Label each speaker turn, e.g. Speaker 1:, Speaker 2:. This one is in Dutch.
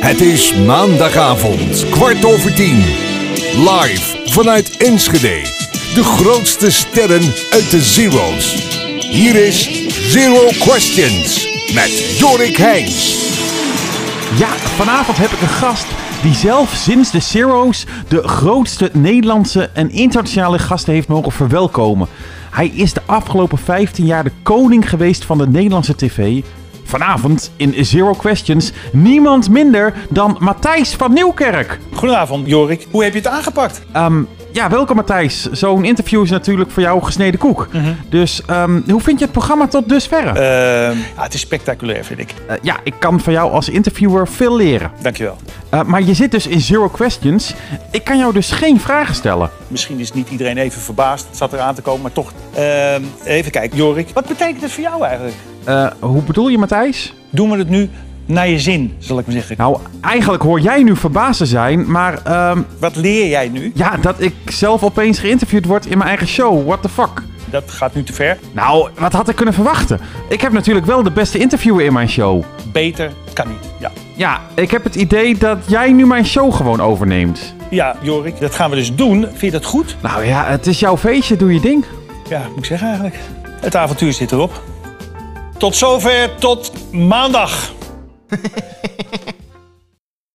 Speaker 1: Het is maandagavond, kwart over tien. Live vanuit Enschede. De grootste sterren uit de Zero's. Hier is Zero Questions met Jorik Heijns.
Speaker 2: Ja, vanavond heb ik een gast die zelf sinds de Zero's de grootste Nederlandse en internationale gasten heeft mogen verwelkomen. Hij is de afgelopen 15 jaar de koning geweest van de Nederlandse tv. Vanavond in Zero Questions niemand minder dan Matthijs van Nieuwkerk.
Speaker 3: Goedenavond, Jorik. Hoe heb je het aangepakt?
Speaker 2: Ehm, ja, welkom Matthijs. Zo'n interview is natuurlijk voor jou gesneden koek. Dus ehm, hoe vind je het programma tot dusverre?
Speaker 3: Ehm, ja, het is spectaculair, vind ik.
Speaker 2: Eh, ja, ik kan van jou als interviewer veel leren.
Speaker 3: Dankjewel.
Speaker 2: Eh, maar je zit dus in Zero Questions. Ik kan jou dus geen vragen stellen.
Speaker 3: Misschien is niet iedereen even verbaasd. Het zat eraan te komen, maar toch. Ehm, even kijken, Jorik. Wat betekent het voor jou eigenlijk?
Speaker 2: Eh, hoe bedoel je, Matthijs?
Speaker 3: Doen we het nu naar je zin, zal ik maar zeggen.
Speaker 2: Nou, eigenlijk hoor jij nu verbaasd te zijn, maar ehm,
Speaker 3: Wat leer jij nu?
Speaker 2: ja, dat ik zelf opeens geïnterviewd word in mijn eigen show. What the fuck?
Speaker 3: Dat gaat nu te ver.
Speaker 2: Nou, wat had ik kunnen verwachten? Ik heb natuurlijk wel de beste interviewer in mijn show.
Speaker 3: Beter kan niet. Ja.
Speaker 2: Ja, ik heb het idee dat jij nu mijn show gewoon overneemt.
Speaker 3: ja, Jorik, dat gaan we dus doen. Vind je dat goed?
Speaker 2: Nou ja, het is jouw feestje, doe je ding.
Speaker 3: Ja, moet ik zeggen eigenlijk. Het avontuur zit erop. Tot zover, tot maandag.